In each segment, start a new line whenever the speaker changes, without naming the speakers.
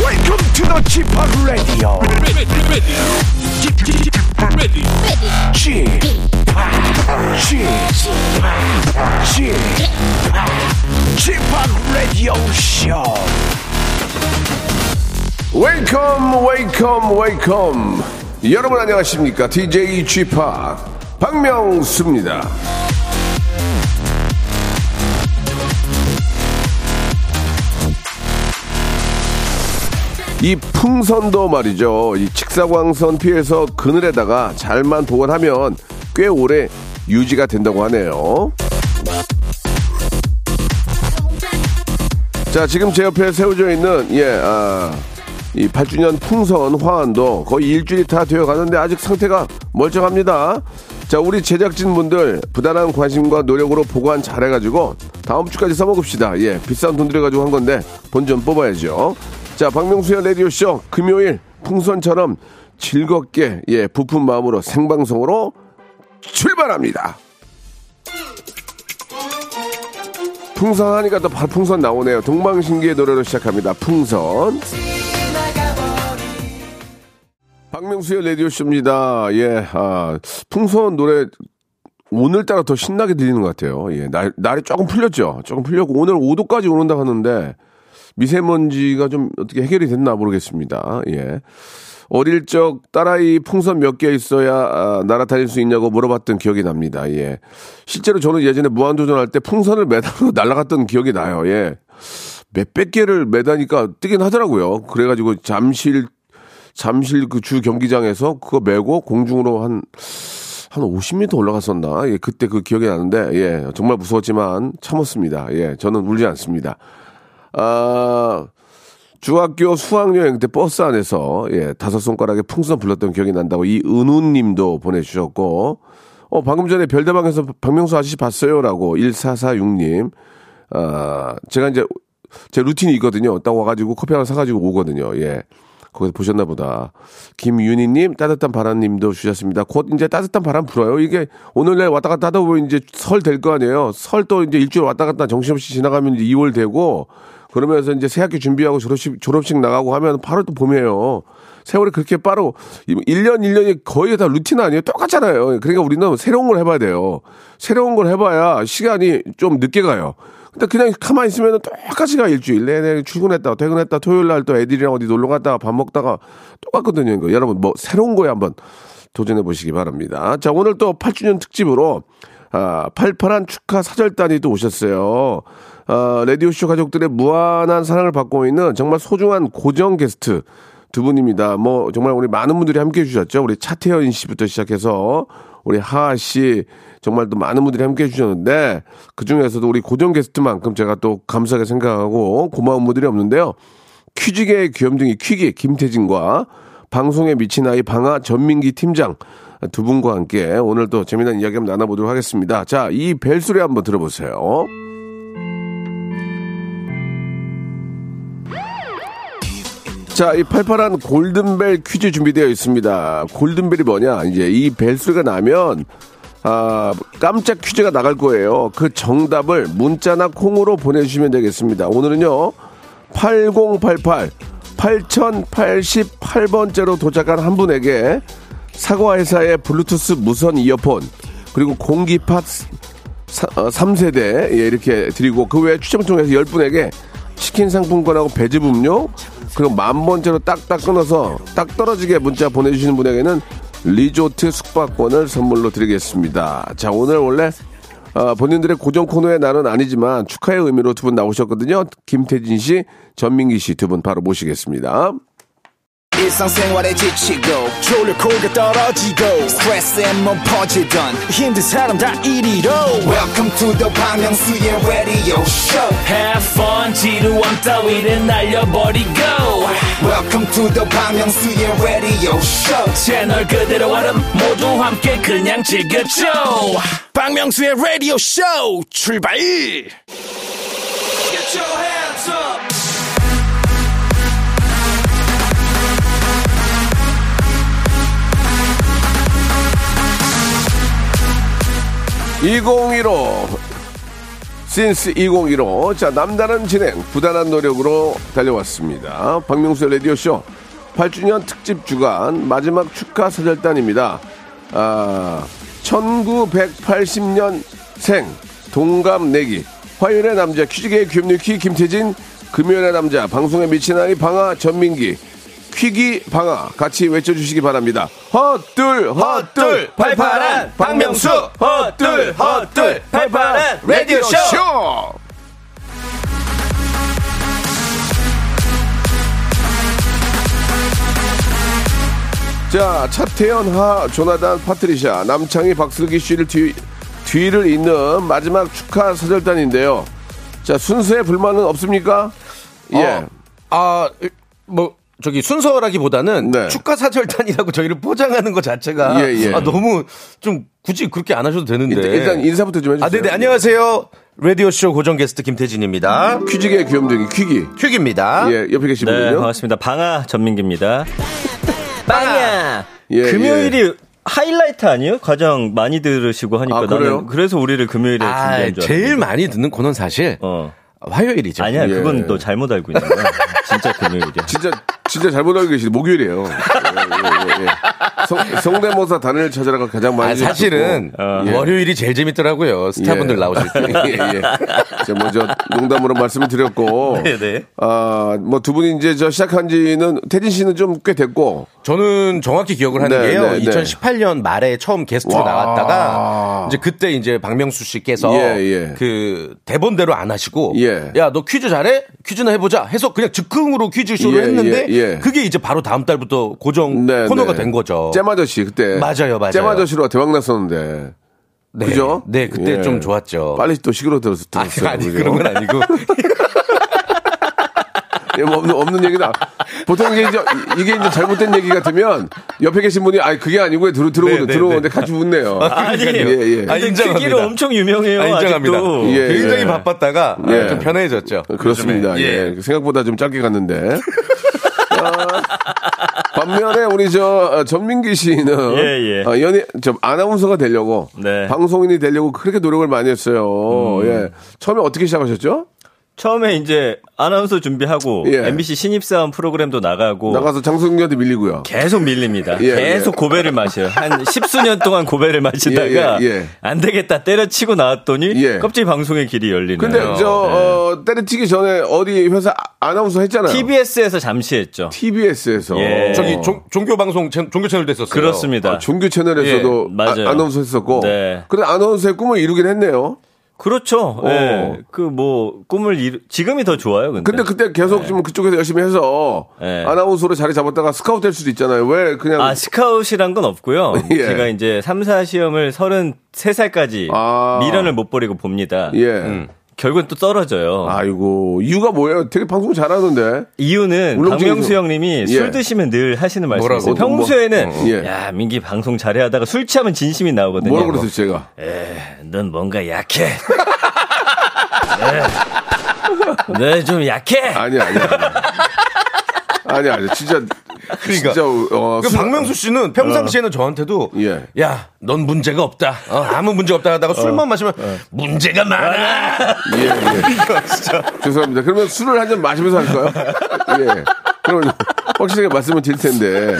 Welcome to the Chip Radio.
ready, ready, ready, ready.
Chip, Chip, Chip, Chip Radio Show. Welcome, Welcome, Welcome. 여러분 안녕하십니까? DJ Chip 박명수입니다. 이 풍선도 말이죠. 이 직사광선 피해서 그늘에다가 잘만 보관하면 꽤 오래 유지가 된다고 하네요. 자, 지금 제 옆에 세워져 있는, 예, 아, 이 8주년 풍선 화환도 거의 일주일이 다 되어 가는데 아직 상태가 멀쩡합니다. 자, 우리 제작진분들 부단한 관심과 노력으로 보관 잘해가지고 다음 주까지 써먹읍시다. 예, 비싼 돈 들여가지고 한 건데 돈 좀 뽑아야죠. 자, 박명수의 라디오쇼 금요일 풍선처럼 즐겁게, 예, 부푼 마음으로 생방송으로 출발합니다. 풍선 하니까 또 바로 풍선 나오네요. 동방신기의 노래로 시작합니다. 풍선. 박명수의 라디오쇼입니다. 예, 아, 풍선 노래 오늘따라 더 신나게 들리는 것 같아요. 예, 날, 날이 조금 풀렸죠. 조금 풀렸고 오늘 5도까지 오른다 하는데 미세먼지가 좀 어떻게 해결이 됐나 모르겠습니다. 예. 어릴 적 딸아이 풍선 몇 개 있어야 아, 날아다닐 수 있냐고 물어봤던 기억이 납니다. 예. 실제로 저는 예전에 무한도전할 때 풍선을 매달고 날아갔던 기억이 나요. 예. 몇백 개를 매다니까 뜨긴 하더라고요. 그래가지고 잠실, 잠실 그 주 경기장에서 그거 메고 공중으로 한, 한 50m 올라갔었나? 예, 그때 그 기억이 나는데, 예, 정말 무서웠지만 참았습니다. 예, 저는 울지 않습니다. 아, 중학교 수학여행 때 버스 안에서 예, 다섯 손가락에 풍선 불렀던 기억이 난다고 이은우님도 보내주셨고, 어, 방금 전에 별다방에서 박명수 아저씨 봤어요라고 1446님, 아, 제가 이제 제 루틴이 있거든요. 딱 와가지고 커피 하나 사가지고 오거든요. 예. 거기서 보셨나 보다. 김윤희님, 따뜻한 바람님도 주셨습니다. 곧 이제 따뜻한 바람 불어요. 이게 오늘날 왔다 갔다 하다 보면 이제 설 될 거 아니에요. 설 또 이제 일주일 왔다 갔다 정신없이 지나가면 이제 2월 되고 그러면서 이제 새 학기 준비하고 졸업식, 졸업식 나가고 하면 바로 또 봄이에요. 세월이 그렇게 빠르고 1년 1년이 거의 다 루틴 아니에요. 똑같잖아요. 그러니까 우리는 새로운 걸 해봐야 돼요. 새로운 걸 해봐야 시간이 좀 늦게 가요. 근데 그냥 가만히 있으면 똑같이 가 일주일 내내 출근했다 퇴근했다 토요일 날 또 애들이랑 어디 놀러 갔다가 밥 먹다가 똑같거든요. 이거. 여러분 뭐 새로운 거에 한번 도전해 보시기 바랍니다. 자 오늘 또 8주년 특집으로 아, 팔팔한 축하 사절단이 또 오셨어요. 아, 라디오쇼 가족들의 무한한 사랑을 받고 있는 정말 소중한 고정 게스트 두 분입니다. 뭐 정말 우리 많은 분들이 함께 해주셨죠. 우리 차태현 씨부터 시작해서 우리 하하 씨 정말 또 많은 분들이 함께 해주셨는데 그 중에서도 우리 고정 게스트만큼 제가 또 감사하게 생각하고 고마운 분들이 없는데요. 퀴즈계의 귀염둥이 퀴기 김태진과 방송에 미친 아이 방아 전민기 팀장 두 분과 함께 오늘 또 재미난 이야기 한번 나눠보도록 하겠습니다. 자, 이 벨소리 한번 들어보세요. 자, 이 팔팔한 골든벨 퀴즈 준비되어 있습니다. 골든벨이 뭐냐? 이제 이 벨소리가 나면 아, 깜짝 퀴즈가 나갈 거예요. 그 정답을 문자나 콩으로 보내주시면 되겠습니다. 오늘은요, 8088, 8088번째로 도착한 한 분에게 사과회사의 블루투스 무선 이어폰, 그리고 공기팟 3세대 어, 예, 이렇게 드리고 그 외에 추첨 통해서 10분에게 치킨 상품권하고 배즙 음료 그리고 만 번째로 딱딱 끊어서 딱 떨어지게 문자 보내주시는 분에게는 리조트 숙박권을 선물로 드리겠습니다. 자 오늘 원래 어, 본인들의 고정 코너의 날은 아니지만 축하의 의미로 두 분 나오셨거든요. 김태진 씨, 전민기 씨 두 분 바로 모시겠습니다.
일상생활에 지치고, 졸려 코가 떨어지고, 스트레스에 몸 퍼지던, 힘든 사람 다 이리로. welcome to the Bang Myung-soo's radio show
Have fun 지루함 따위를 날려버리고
welcome to the Bang Myung-soo's radio show
채널 그대로 와름 모두 함께 그냥 즐겨줘
박명수의 라디오 쇼 출발!
이공일오 since 2015. 자, 남다른 진행, 부단한 노력으로 달려왔습니다. 박명수의 라디오쇼 8주년 특집 주간 마지막 축하 사절단입니다. 아, 1980년 생, 동갑내기, 화요일의 남자, 퀴즈계의 김유키, 김태진, 금요일의 남자, 방송에 미친 아이, 방아, 전민기, 퀴기, 방아, 같이 외쳐주시기 바랍니다. 헛둘, 헛둘, 팔팔한 박명수, 헛둘, 헛둘, 팔팔한 라디오쇼! 자, 차태현, 하, 조나단, 파트리샤, 남창희, 박슬기 씨를 뒤, 뒤를 잇는 마지막 축하 사절단인데요. 자, 순수에 불만은 없습니까? 예.
아, 뭐, 저기 순서라기보다는
네.
축가 사절단이라고 저희를 포장하는 것 자체가
예, 예.
아, 너무 좀 굳이 그렇게 안 하셔도 되는데.
일단, 일단 인사부터 좀 해주세요.
아, 네네. 안녕하세요. 라디오쇼 고정 게스트 김태진입니다.
퀴즈계 귀염둥이 퀴기.
퀵입니다.
예, 옆에
네,
계시거든요.
반갑습니다. 방아 전민기입니다. 방아.
예,
금요일이 하이라이트 아니에요? 가장 많이 들으시고 하니까
아, 그래요?
나는 그래서 우리를
네,
금요일에
아,
준비한 줄 알았어요.
제일 많이 듣는 코너는 사실
어.
화요일이죠.
아니야,
예.
그건 너 잘못 알고 있는 거야. 진짜 금요일이야.
진짜 진짜 잘못 알고 계시네. 목요일이에요. 예, 예, 예. 성, 성대모사 단어를 찾으라가 가장 많이
아, 사실은
듣고.
어.
월요일이 제일 재밌더라고요. 스타분들
예.
나오실 때.
예, 예. 제가 먼저 농담으로 말씀을 드렸고.
네, 네.
아, 뭐 두 분이 이제 저 시작한 지는 태진 씨는 좀 꽤 됐고.
저는 정확히 기억을 하는
네,
게요.
네, 네.
2018년 말에 처음 게스트로
와.
나왔다가 이제 그때 이제 박명수 씨께서
예, 예.
그 대본대로 안 하시고
예.
야 너 퀴즈 잘해? 퀴즈나 해보자 해서 그냥 즉흥으로 퀴즈쇼를
예,
했는데
예, 예.
그게 이제 바로 다음 달부터 고정
네,
코너가
네.
된 거죠.
잼아저씨 그때.
맞아요, 맞아요.
잼아저씨로 대박 났었는데.
네.
그죠?
네, 그때
예.
좀 좋았죠.
빨리 또 시끄러 들었- 들었어요.
아니
그죠?
그런 건 아니고
예, 뭐 없는, 없는 얘기다. 보통 이게 이제, 이게 이제 잘못된 얘기 같으면 옆에 계신 분이 아 그게 아니고 들어 들어오는
네, 네,
들어오는데 같이 웃네요.
아니,
예, 예.
아,
근데 그
인정합니다.
특기로 엄청 유명해요.
아, 인정합니다.
아직도.
예,
굉장히
예.
바빴다가
예.
좀 편해졌죠.
그렇습니다. 예. 생각보다 좀 짧게 갔는데. 아, 반면에 우리 저 아, 전민기 씨는
예, 예.
아, 연예 저 아나운서가 되려고
네.
방송인이 되려고 그렇게 노력을 많이 했어요. 예. 처음에 어떻게 시작하셨죠?
처음에 이제 아나운서 준비하고
예.
MBC 신입사원 프로그램도 나가고
나가서 장승규한테 밀리고요.
계속 밀립니다.
예,
계속 고배를 마셔요. 한 십수년 동안 고배를
예,
마시다가
예, 예.
안 되겠다 때려치고 나왔더니
예.
껍질 방송의 길이 열리네요.
근데 저 어, 때려치기 전에 어디 회사 아- 아나운서 했잖아요.
TBS에서 잠시 했죠.
TBS에서
예.
저기 종, 종교 방송 채- 종교 채널도 했었어요.
그렇습니다.
아, 종교 채널에서도
예, 맞아요.
아, 나운서 했었고
네.
그래 아나운서의 꿈을 이루긴 했네요.
그렇죠.
어.
예. 그 뭐 꿈을 이루... 지금이 더 좋아요. 근데,
근데 그때 계속 좀 그쪽에서 열심히 해서
네.
아나운서로 자리 잡았다가 스카우트 될 수도 있잖아요. 왜 그냥
아 스카웃이란 건 없고요.
예.
제가 이제 3사 시험을 33살까지
아.
미련을 못 버리고 봅니다.
예.
음. 결국엔 또 떨어져요.
아이고 이유가 뭐예요? 되게 방송 잘하는데
이유는
울렁증이
박명수
좀-
형님이
예.
술 드시면 늘 하시는
뭐라고?
말씀이세요. 평소에는
뭐- 어. 예.
야 민기 방송 잘해하다가 술 취하면 진심이 나오거든요. 예.
뭐라 그랬어요 제가?
넌 뭔가 약해. 네. 너좀 약해.
아니야 아니야 아니야 아니야 진짜
그러니까.
진짜 어,
그
수-
박명수 씨는 평상시에는 저한테도
예.
야, 넌 문제가 없다. 어, 아무 문제 없다 하다가 술만 마시면
어.
문제가 많아.
예, 예. 죄송합니다. 그러면 술을 한 잔 마시면서 할까요? 예. 그러면 확실하게 말씀을 드릴 텐데.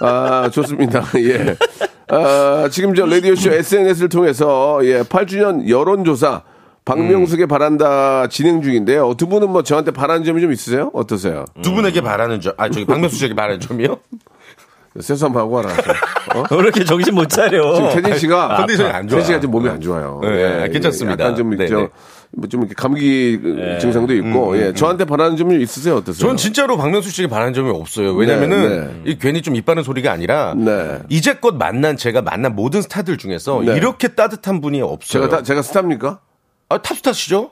아, 좋습니다. 예. 아, 지금 저 라디오쇼 SNS를 통해서 예, 8주년 여론조사
음.
박명숙의 바란다 진행 중인데요. 두 분은 뭐 저한테 바라는 점이 좀 있으세요? 어떠세요?
두 분에게 바라는 점. 아, 저기 박명수 씨에게 바라는 점이요?
네. 세수한하고 하라. 어?
왜 이렇게 정신 못 차려.
지금 태진 씨가
컨디션이 안 좋아요.
태진 씨가 지금 몸이 안 좋아요. 예,
네, 괜찮습니다.
약간 좀
네, 음,
저,
네.
뭐좀 이렇게 감기 증상도 있고 예. 저한테 바라는 점이 있으세요? 어떠세요?
전 진짜로 박명수 씨에게 바라는 점이 없어요. 왜냐면은 이 괜히 좀 입바는 소리가 아니라
네.
이제껏 만난 제가 만난 모든 스타들 중에서
네.
이렇게 따뜻한 분이 없어요.
제가 다, 제가 스타입니까?
아, 탑스타시죠?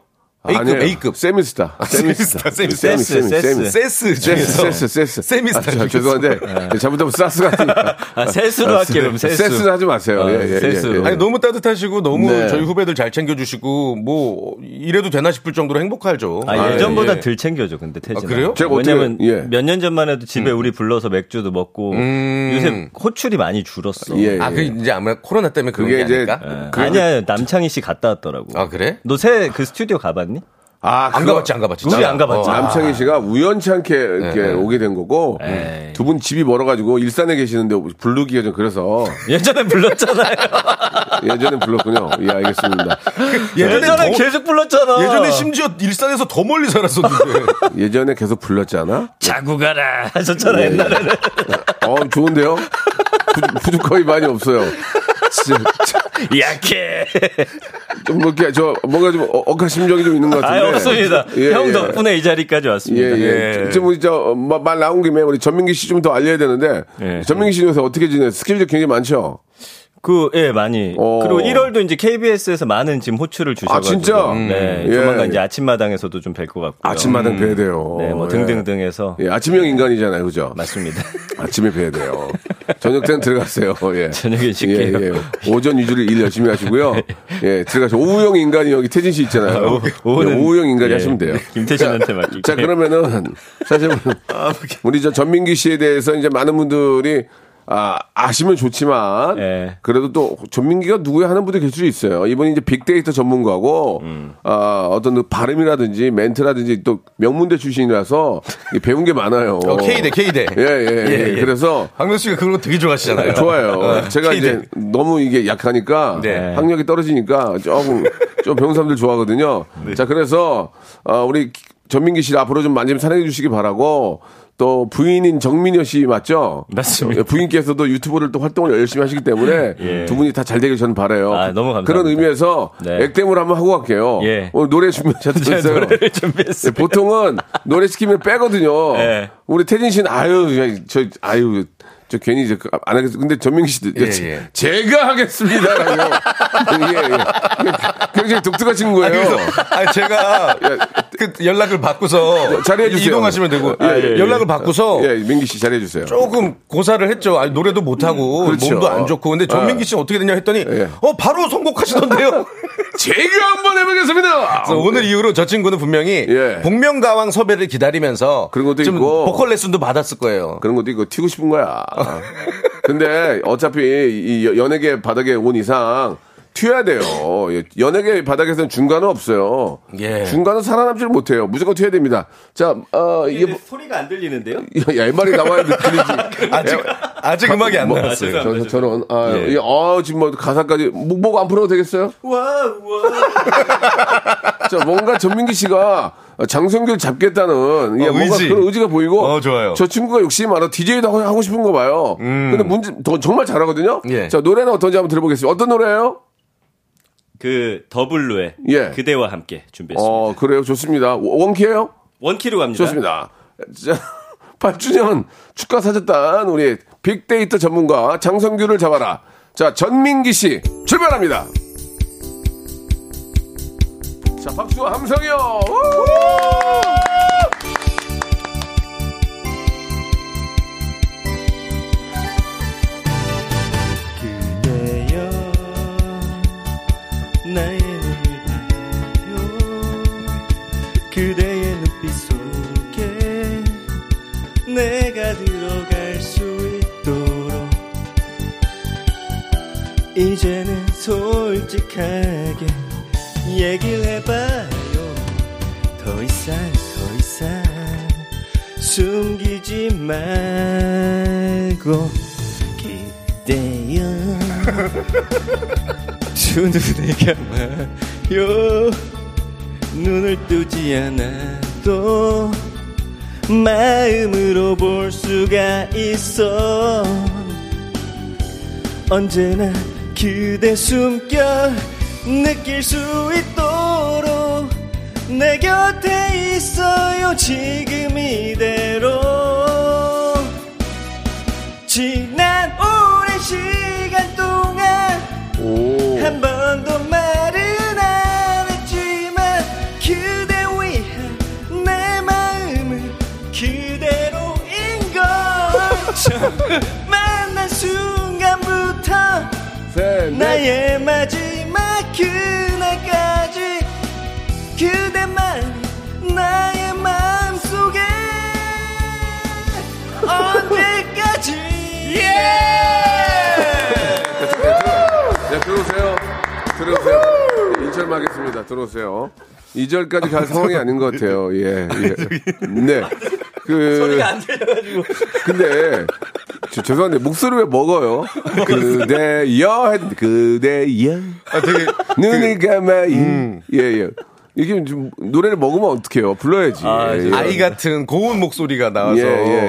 A급,
아니에요.
A급.
세미스타.
세미스타, 세미,
세미,
세스,
세미, 세미.
세스, 세스 중에서
세스, 세스.
세미스타 네.
아, 저- 죄송한데, 잘못하면 사스 같으니까.
아, 세수로 할게요, 그럼 세수.
세스는 하지 마세요.
아,
예, 예, 예,
세수.
예.
아니 너무 따뜻하시고 너무
네.
저희 후배들 잘 챙겨주시고 뭐 이래도 되나 싶을 정도로 행복하죠.
아, 예전보다
예.
덜 챙겨줘, 근데 태진.
아, 그래요?
제가 어떻게-
왜냐면
예. 음.
몇 년 전만 해도 집에 우리 불러서 맥주도 먹고
음.
요새 호출이 많이 줄었어.
예, 예.
아, 그 이제 아무래도 코로나 때문에 그런
그게
게
이제-
아닐까?
예.
그래도-
아니야, 남창희 씨 갔다 왔더라고.
아 그래?
너 새 그 스튜디오 가봤니?
아,
안
그거-
가봤지 안 가봤지.
우리
진짜.
안 가봤지.
어, 아.
남창희 씨가 우연찮게 이렇게
네.
오게 된 거고,
에이.
두 분 집이 멀어가지고 일산에 계시는데 부르기가 좀 그래서
예전에 불렀잖아요.
예전엔 불렀군요. 예, 알겠습니다.
예전에
예전에
뭐
더-
계속 불렀잖아.
예전에 심지어 일산에서 더 멀리 살았었는데.
예전에 계속 불렀잖아?
자고 가라
예,
하셨잖아 옛날에.
어, 좋은데요? 부족- 부족함이 많이 없어요.
약해.
좀 이렇게 저 뭔가 좀 어- 억한 심정이 좀 있는 것
아
같은데.
없습니다.
예,
형
예.
덕분에 이 자리까지
예,
왔습니다.
예. 지금 우리 저말 나온 김에 우리 전민기 씨 좀 더 알려야 되는데
예.
전민기 씨 요새 어떻게 지내? 스케줄이 굉장히 많죠.
그, 예, 많이.
어.
그리고 1월도 이제 KBS에서 많은 지금 호출을 주셔가지고.
아, 진짜?
네.
음.
조만간
예.
이제 아침마당에서도 좀 뵐 것 같고요.
아침마당 뵈야 돼요.
네, 뭐
예.
등등등 해서.
예, 아침형 인간이잖아요, 그죠?
맞습니다.
아침에 뵈야 돼요. 저녁 때는 들어가세요. 예.
저녁에 쉴게요.
예, 예. 오전 위주로 일 열심히 하시고요. 예, 들어가서 오후형 인간이 여기 태진 씨 있잖아요.
오후는-
예, 오후형 인간이
예.
하시면 돼요.
김태진한테 맡길게요. 아,
자, 그러면은 사실 우리 저 전민기 씨에 대해서 이제 많은 분들이 아, 아시면 좋지만
예.
그래도 또 전민기가 누구야 하는 분도 계실 수 있어요. 이분이 이제 빅데이터 전문가고
음.
아, 어떤 그 발음이라든지 멘트라든지 또 명문대 출신이라서 이게 배운 게 많아요.
어, K대 K대.
예, 예, 예.
예, 예.
그래서
박명수 씨가 그런 거 되게 네, 좋아하시잖아요.
어,
어,
좋아요. 제가 이제
K대.
너무 이게 약하니까
네.
학력이 떨어지니까 조금 좀 배운 사람들 좋아하거든요.
네.
자 그래서 어, 우리 기- 전민기 씨를 앞으로 좀 많이 좀 사랑해 주시기 바라고 또 부인인 정민여 씨 맞죠?
맞습니다.
저- 부인께서도 유튜브를 또 활동을 열심히 하시기 때문에
예.
두 분이 다 잘 되길 저는 바라요.
아, 너무 감사합니다.
그런 의미에서
네.
액땜을 한번 하고 갈게요.
예.
오늘 노래 준비 잘
제가
됐어요.
노래를
예,
준비했어요.
보통은 노래 시키면 빼거든요.
네.
예.
우리 태진 씨는 아유 그냥 저 아유 저 괜히 이제 안 하겠어. 근데 전민기 씨도
예,
제-
예.
제가 하겠습니다라고 예, 예. 굉장히 독특하신 거예요.
그래서 아니, 제가 그 연락을 받고서
자리해 주세요.
이동하시면 되고
아, 예, 예.
연락을 받고서
예, 민기 씨 잘해 주세요.
조금 고사를 했죠. 아니, 노래도 못하고
그렇죠.
몸도 안 좋고 근데 전민기 씨는 어떻게 됐냐 했더니
예.
어 바로 선곡하시던데요.
제가 한번 해보겠습니다.
그래서 오늘 이후로 저 친구는 분명히
아, 네. 예.
복면가왕 섭외를 기다리면서
그런 것도
좀
있고.
보컬 레슨도 받았을 거예요.
그런 것도 이거 튀고 싶은 거야.
아.
근데 어차피 이 여- 연예계 바닥에 온 이상 튀어야 돼요. 예, 연예계 바닥에서는 중간은 없어요.
예.
중간은 살아남지를 못해요. 무조건 튀어야 됩니다. 자, 어, 이게
소리가 안 들리는데요?
옛말이 나와야 돼, 들리지.
아직 아직 음악이 안
뭐,
나왔어요.
저- 저, 저런, 아, 예. 아, 지금 뭐 가사까지, 뭐, 뭐안 풀어도 되겠어요? 자, 뭔가 전민기 씨가 장성규를 잡겠다는 예,
어,
뭔가
의지.
그런 의지가 보이고
어, 좋아요. 음.
저 친구가 욕심이 많아 DJ도 하고 싶은 거 봐요. 근데 문제 더 정말 잘하거든요.
예.
자, 노래는 어떤지 한번 들어보겠습니다. 어떤 노래예요?
그, 더블루의
예.
그대와 함께 준비했습니다.
어, 그래요. 좋습니다. 원키예요?
원키로 갑니다.
좋습니다. 자, 8주년 축하 사줬단 우리 빅데이터 전문가 장성규를 잡아라. 자, 전민기 씨 출발합니다. 자, 박수와 함성이요. 우!
그대여 나의 눈을 봐요 그대의 눈빛 속에 내가 들어갈 수 있도록 이제는 솔직하게 얘기를 해봐요 더 이상 더 이상 숨기지 말고 기대요 두 눈을 감아요 눈을 뜨지 않아도 마음으로 볼 수가 있어 언제나 그대 숨결 느낄 수 있도록 내 곁에 있어요 지금 이대로 지난 오랜 시간 동안
오.
한 번도 말은 안 했지만
만난 순간부터
셋, 넷.
네.
나의 마지막 그날까지 그대만 나의 마음속에 언제까지
네, 들어오세요. 들어오세요. 인천 마겠습니다. 들어오세요. 2절까지 갈 상황이 아닌 것 같아요. 예. 예. 네. 그. 소리가 안 들려가지고. 근데. 저, 죄송한데, 목소리 왜 먹어요? 그대여, 했는데, 그대여.
아, 되게 음.
눈을 감아요. 예, 예. 이게 지금 노래를 먹으면 어떡해요? 불러야지. 예, 예.
아이 같은 고운 목소리가 나와서
예, 예,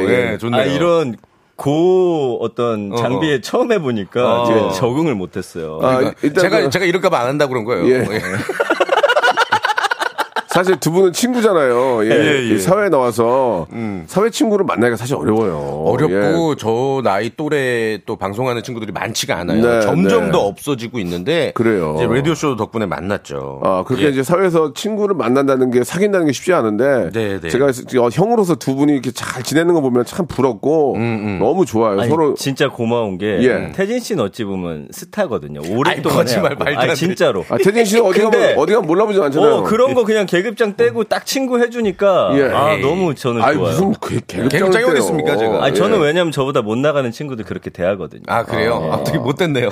예.
예, 좋네요.
아 이런 고 어떤 장비에 처음 해보니까
어.
제가 적응을 못했어요.
아, 일단
그러니까 제가
그-
제가 이럴까봐 안 한다 고 그런 거예요.
예.
예.
사실 두 분은 친구잖아요. 예.
예, 예.
이 사회에 나와서 사회 친구를 만나기가 사실 어려워요. 예.
어렵고 저 나이 또래 또 방송하는 친구들이 많지가 않아요.
네,
점점
네.
더 없어지고 있는데
그래요.
이제 라디오 쇼 덕분에 만났죠.
아, 그렇게
예.
이제 사회에서 친구를 만난다는 게 사귄다는 게 쉽지 않은데
네, 네.
제가 어, 형으로서 두 분이 이렇게 잘 지내는 거 보면 참 부럽고 너무 좋아요.
아니,
서로
진짜 고마운 게
예.
태진 씨는 어찌 보면 스타거든요. 오랫동안
거짓말
해왔고.
말도 안
아니,
돼.
진짜로.
아, 태진 씨는 어디가
근데-
어디가 몰라보지 않잖아요.
어 그런 거 그냥 계급장 떼고 딱 친구 해주니까
예.
아 너무 저는
아이,
좋아요.
무슨 개- 개그장을
개그장이
때요.
어딨습니까, 제가.
아니, 저는
예.
왜냐면 저보다 못 나가는 친구들 그렇게 대하거든요.
아 그래요? 아, 되게 못됐네요.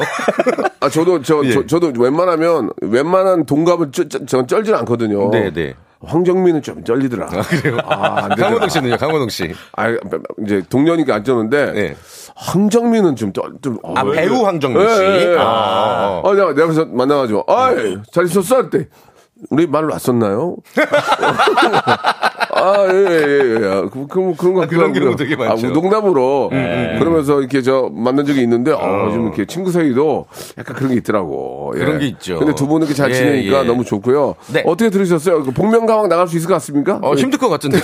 아, 저도 저,
예.
저, 도 웬만하면 웬만한 동갑은 쩔, 쩔, 전 쩔진 않거든요.
네, 네.
황정민은 좀 쩔리더라. 아, 그래요? 안 되더라.
강호동 씨는요? 강호동 씨.
아, 이제 동년이니까 안 쩌는데
예.
황정민은 좀, 쩔- 좀 어,
아
왜
배우
그래?
황정민 씨.
예, 예, 예.
아.
어, 내가, 내가 그래서 만나가지고, 아이, 잘 있었어? 할때 우리 말로 왔었나요? 아, 예, 예, 예. 예. 그, 그, 그런 거
아, 그런 경우 되게 많죠. 음,
아, 농담으로. 그러면서 이렇게 저 만난 적이 있는데, 어, 좀 이렇게 친구 사이도 약간 그런 게 있더라고. 예.
그런 게 있죠.
근데 두 분은 이렇게 잘
예,
지내니까
예.
너무 좋고요.
네.
어떻게 들으셨어요? 그 복면가왕 나갈 수 있을 것 같습니까?
어, 힘들 것 같은데요.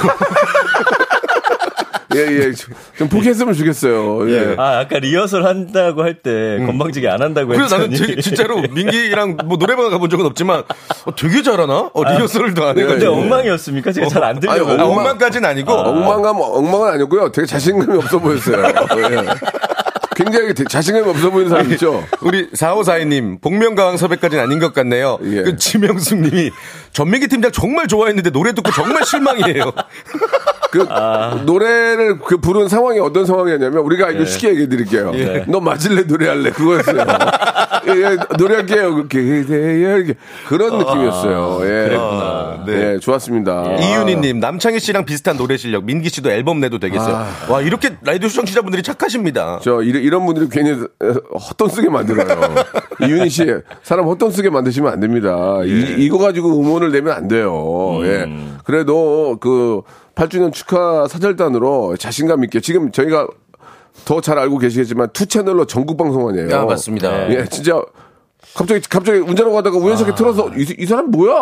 예, 예. 좀, 좀 포기했으면 좋겠어요. 예. 음.
아, 아까 리허설 한다고 할 때 건방지게 안 한다고
그래서
했더니
나는 되게 진짜로 민기랑 뭐 노래방 가본 적은 없지만 어, 되게 잘하나? 어, 리허설도 안
근데
해가지고.
엉망이었습니까? 제가 잘 안 들려요.
예. 아니,
아,
엉망.
엉망까지는 아니고
엉망감 엉망은 아니고요. 되게 자신감이 없어 보였어요. 예. 굉장히 되- 자신감이 없어 보이는
예.
사람 있죠.
우리 4542님, 복면가왕 섭외까지는 아닌 것 같네요.
예.
그 지명숙 님이 전민기 팀장 정말 좋아했는데 노래 듣고 정말 실망이에요.
그
아.
노래를 그 부른 상황이 어떤 상황이었냐면 우리가
예.
이거 쉽게 얘기해 드릴게요. 너 맞을래 노래할래 그거였어요. 예, 예, 노래할게요. 그렇게 그대여 이렇게 그런 느낌이었어요. 예. 네.
아, 네.
좋았습니다.
이윤희 님, 남창희 씨랑 비슷한 노래 실력, 민기 씨도 앨범 내도 되겠어요. 와, 이렇게 라디오 시청자분들이 착하십니다.
저 이런, 이런 분들이 괜히 헛돈 쓰게 만들어요. 이윤희 씨, 사람 헛돈 쓰게 만드시면 안 됩니다. 이, 이거 가지고 음원을 내면 안 돼요. 예. 그래도 그 8주년 축하 사절단으로 자신감 있게 지금 저희가 더 잘 알고 계시겠지만 투 채널로 전국 방송하네요.
아, 맞습니다.
예, 진짜 갑자기 갑자기 운전하고 가다가 우연찮게 틀어서 이, 이 사람 뭐야?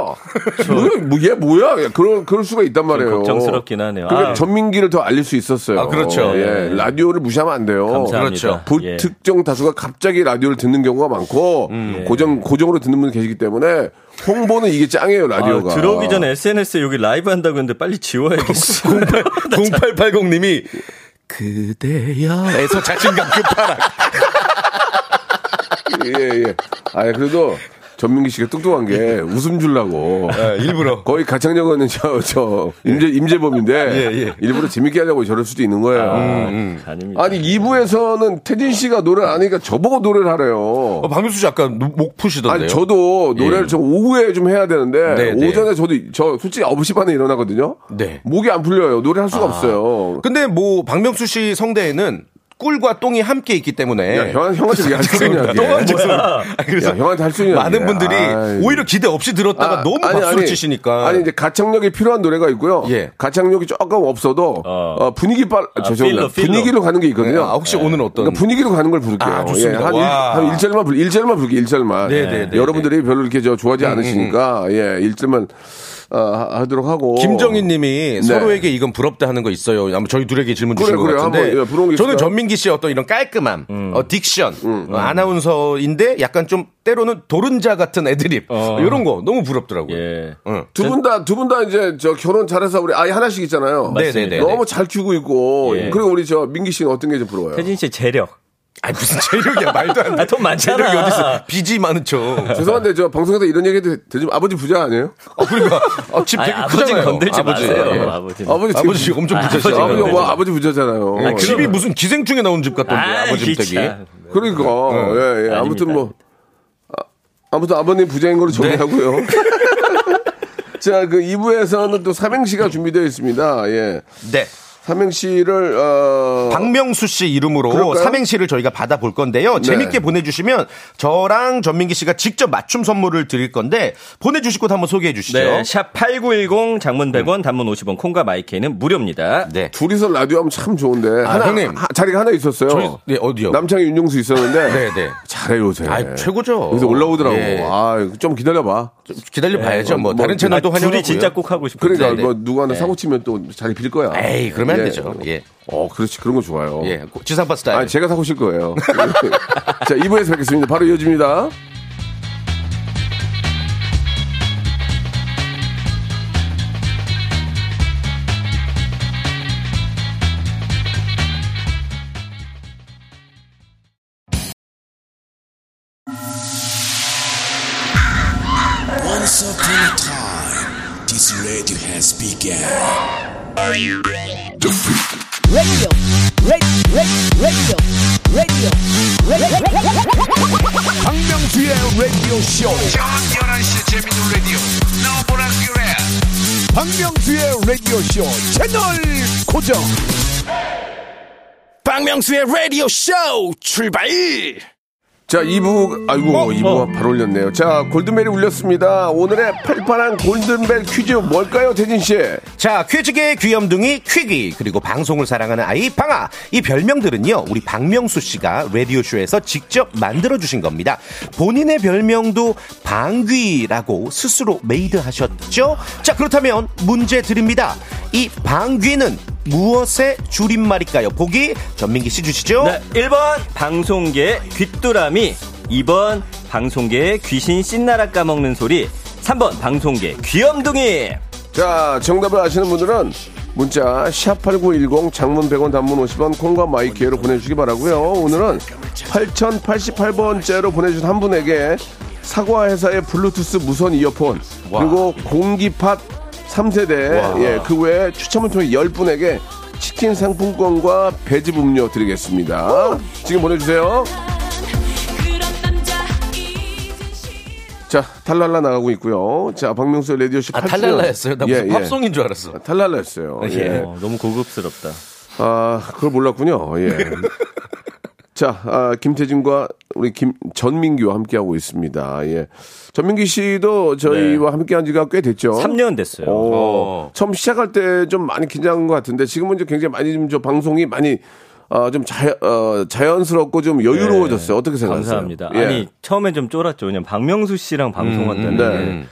뭐야? 뭐, 얘 뭐야? 야, 그럴 그럴 수가 있단 말이에요.
걱정스럽긴 하네요.
그러니까
아.
전민기를 더 알릴 수 있었어요.
아, 그렇죠.
예, 라디오를 무시하면 안 돼요.
네.
어,
감사합니다.
보-
예. 음,
특정 다수가 갑자기 라디오를 듣는 경우가 많고 고정 고정으로 듣는 분이 계시기 때문에 홍보는 이게 짱이에요 라디오가.
아, 들어오기 전에 SNS에 여기 라이브 한다고 했는데 빨리 지워야겠어.
0880 님이 그대야에서 자신감 급하라.
예예. 아 그래도 전민기 씨가 똑똑한 게 웃음 주려고.
예, 일부러.
거의 가창력은 저, 저, 임재, 임재범인데,
예.
일부러 재밌게 하려고 저럴 수도 있는 거예요.
아, 음, 아닙니다.
아니, 2부에서는 태진 씨가 노래를 안 하니까 저보고 노래를 하래요.
어, 박명수 씨 아까 노- 목 푸시던데요.
아니 저도 노래를
예.
좀 오후에 좀 해야 되는데
네, 네.
오전에 저도 저 솔직히 9시 반에 일어나거든요.
네. 아.
목이 안 풀려요. 노래 할 수가 없어요.
근데 뭐 박명수 씨 성대에는 꿀과 똥이 함께 있기 때문에
야, 형,
그러니까
형한테 얘기 할수 있냐? 이게.
똥은 죄송해요. 아니,
야,
그래서
형한테 할수 있냐?
많은
이게.
분들이 아,
아이.
오히려 기대 없이 들었다가 너무 박수를 치시니까
아니 이제 가창력이 필요한 노래가 있고요.
예.
가창력이 조금 없어도
어.
어, 분위기 빨 아, 죄송합니다.
필러, 필러.
분위기로 가는 게 있거든요.
아, 혹시 오늘 어떤
그러니까 분위기로 가는 걸 부를게요.
아, 좋습니다.
예, 한, 일,
와.
한 1절만 부를게요. 1절만 예. 부를게요. 1절만.
네, 네, 네,
여러분들이 별로 이렇게 저 좋아하지 않으시니까 예, 1절만 어, 하- 하도록 하고.
김정인 님이
네.
서로에게 이건 부럽다 하는 거 있어요. 아마 저희 둘에게 질문
그래,
주신 것
그래.
같은데.
한번, 예, 부러운 게
저는
있을까요?
전민기 씨의 어떤 이런 깔끔함, 어, 딕션, 어, 아나운서인데 약간 좀 때로는 도른자 같은 애드립. 뭐 이런 거 너무 부럽더라고요.
예.
응.
두 분 다, 두 분 다 이제 저 결혼 잘해서 우리 아이 하나씩 있잖아요.
맞습니다. 네네네.
너무 잘 키우고 있고.
예.
그리고 우리 저 민기 씨는 어떤 게 좀 부러워요?
태진 씨 재력.
아 무슨 재력이야 말도 안 돼.
아, 돈 많잖아.
재력이 어딨어? 빚이 많은 척.
죄송한데 저 방송에서 이런 얘기 해도 되지만 아버지 부자 아니에요?
어, 그러니까 어, 집
아니,
되게
아버지
크잖아요.
건들지
아버지.
마세요.
예.
아버지.
아버지 되게
아버지 엄청 부자시죠. 네.
아버지,
건들지
뭐
마.
아버지 부자잖아요.
아, 집이 무슨 기생충에 나온 집 같던데 아버지 주택이.
그러니까
네.
예, 예. 아무튼 뭐 아, 무튼 아버님 부자인 걸로 정리하고요.
네.
자, 그 2부에서는 또 삼행시가 준비되어 있습니다. 예.
네.
삼행시를 어
박명수 씨 이름으로
그럴까요? 네.
삼행시를 저희가 받아볼 건데요. 재밌게 보내주시면 저랑 전민기 씨가 직접 맞춤 선물을 드릴 건데 보내주실 곳 한번 소개해 주시죠.
네, 샵8910 장문 100원, 단문 50원, 콩과 마이케이는 무료입니다. 아,
네.
둘이서 라디오 하면 참 좋은데 하나
아, 형님.
하- 자리가 하나 있었어요.
저희- 네, 어디요?
남창희 윤종수 있었는데
네, 네.
잘해요, 요새.
아, 최고죠.
여기서 올라오더라고.
예.
아, 좀 기다려 봐.
기다려 봐야죠.
뭐,
뭐, 다른
아,
채널도 환영하고요.
둘이 진짜 꼭 하고 싶은데.
그러니까
네,
뭐 누가 하나 사고 치면 또 자기 빌 거야.
에이, 그러면
예.
안 되죠. 예.
어, 그렇지. 그런 거 좋아요.
예. 지상파 스타일.
아, 제가 사고 실 거예요. 자, 2부에서 뵙겠습니다. 바로 이어집니다.
박명수의 라디오 쇼 출발
자, 2부, 아이고, 2부가 바로 올렸네요. 자, 골든벨이 울렸습니다. 오늘의 팔팔한 골든벨 퀴즈 뭘까요, 태진씨?
자, 퀴즈계의 귀염둥이 퀴기 그리고 방송을 사랑하는 아이 방아 이 별명들은요 우리 박명수 씨가 라디오 쇼에서 직접 만들어 주신 겁니다. 본인의 별명도 방귀라고 스스로 메이드하셨죠? 자, 그렇다면 문제 드립니다. 이 방귀는 무엇의 줄임말일까요? 보기 전민기 씨 주시죠.
네, 1번 방송계 귀뚜라미, 2번 방송계 귀신 씻나라 까먹는 소리, 3번 방송계 귀염둥이.
자, 정답을 아시는 분들은 문자 샵8910 장문 100원 단문 50원 콩과 마이키에로 보내주시기 바라고요 오늘은 8088번째로 보내주신 한 분에게 사과 회사의 블루투스 무선 이어폰 그리고 공기팟 3세대 예, 그 외에 추첨을 통해 10분에게 치킨 상품권과 배즙 음료 드리겠습니다 지금 보내주세요 자 탈랄라 나가고 있고요 자 박명수의 라디오쇼
아,
8
탈랄라였어요. 나 무슨
예, 예.
팝송인 줄 알았어. 아,
탈랄라였어요. 예.
어, 너무 고급스럽다.
아, 그걸 몰랐군요. 예.
네.
자, 아, 김태진과 우리 김 전민기와 함께 하고 있습니다. 예. 전민기 씨도 저희와 함께 한 지가 꽤 됐죠.
네. 3년 됐어요.
어. 처음 시작할 때 좀 많이 긴장한 것 같은데 지금은 이제 굉장히 많이 좀 저 방송이 많이 아, 좀 자, 어, 자연스럽고 좀 여유로워졌어요. 어떻게 생각하세요?
네. 감사합니다.
예.
아니, 처음엔 좀 쫄았죠. 왜냐면 박명수 씨랑 방송한다는
네.
게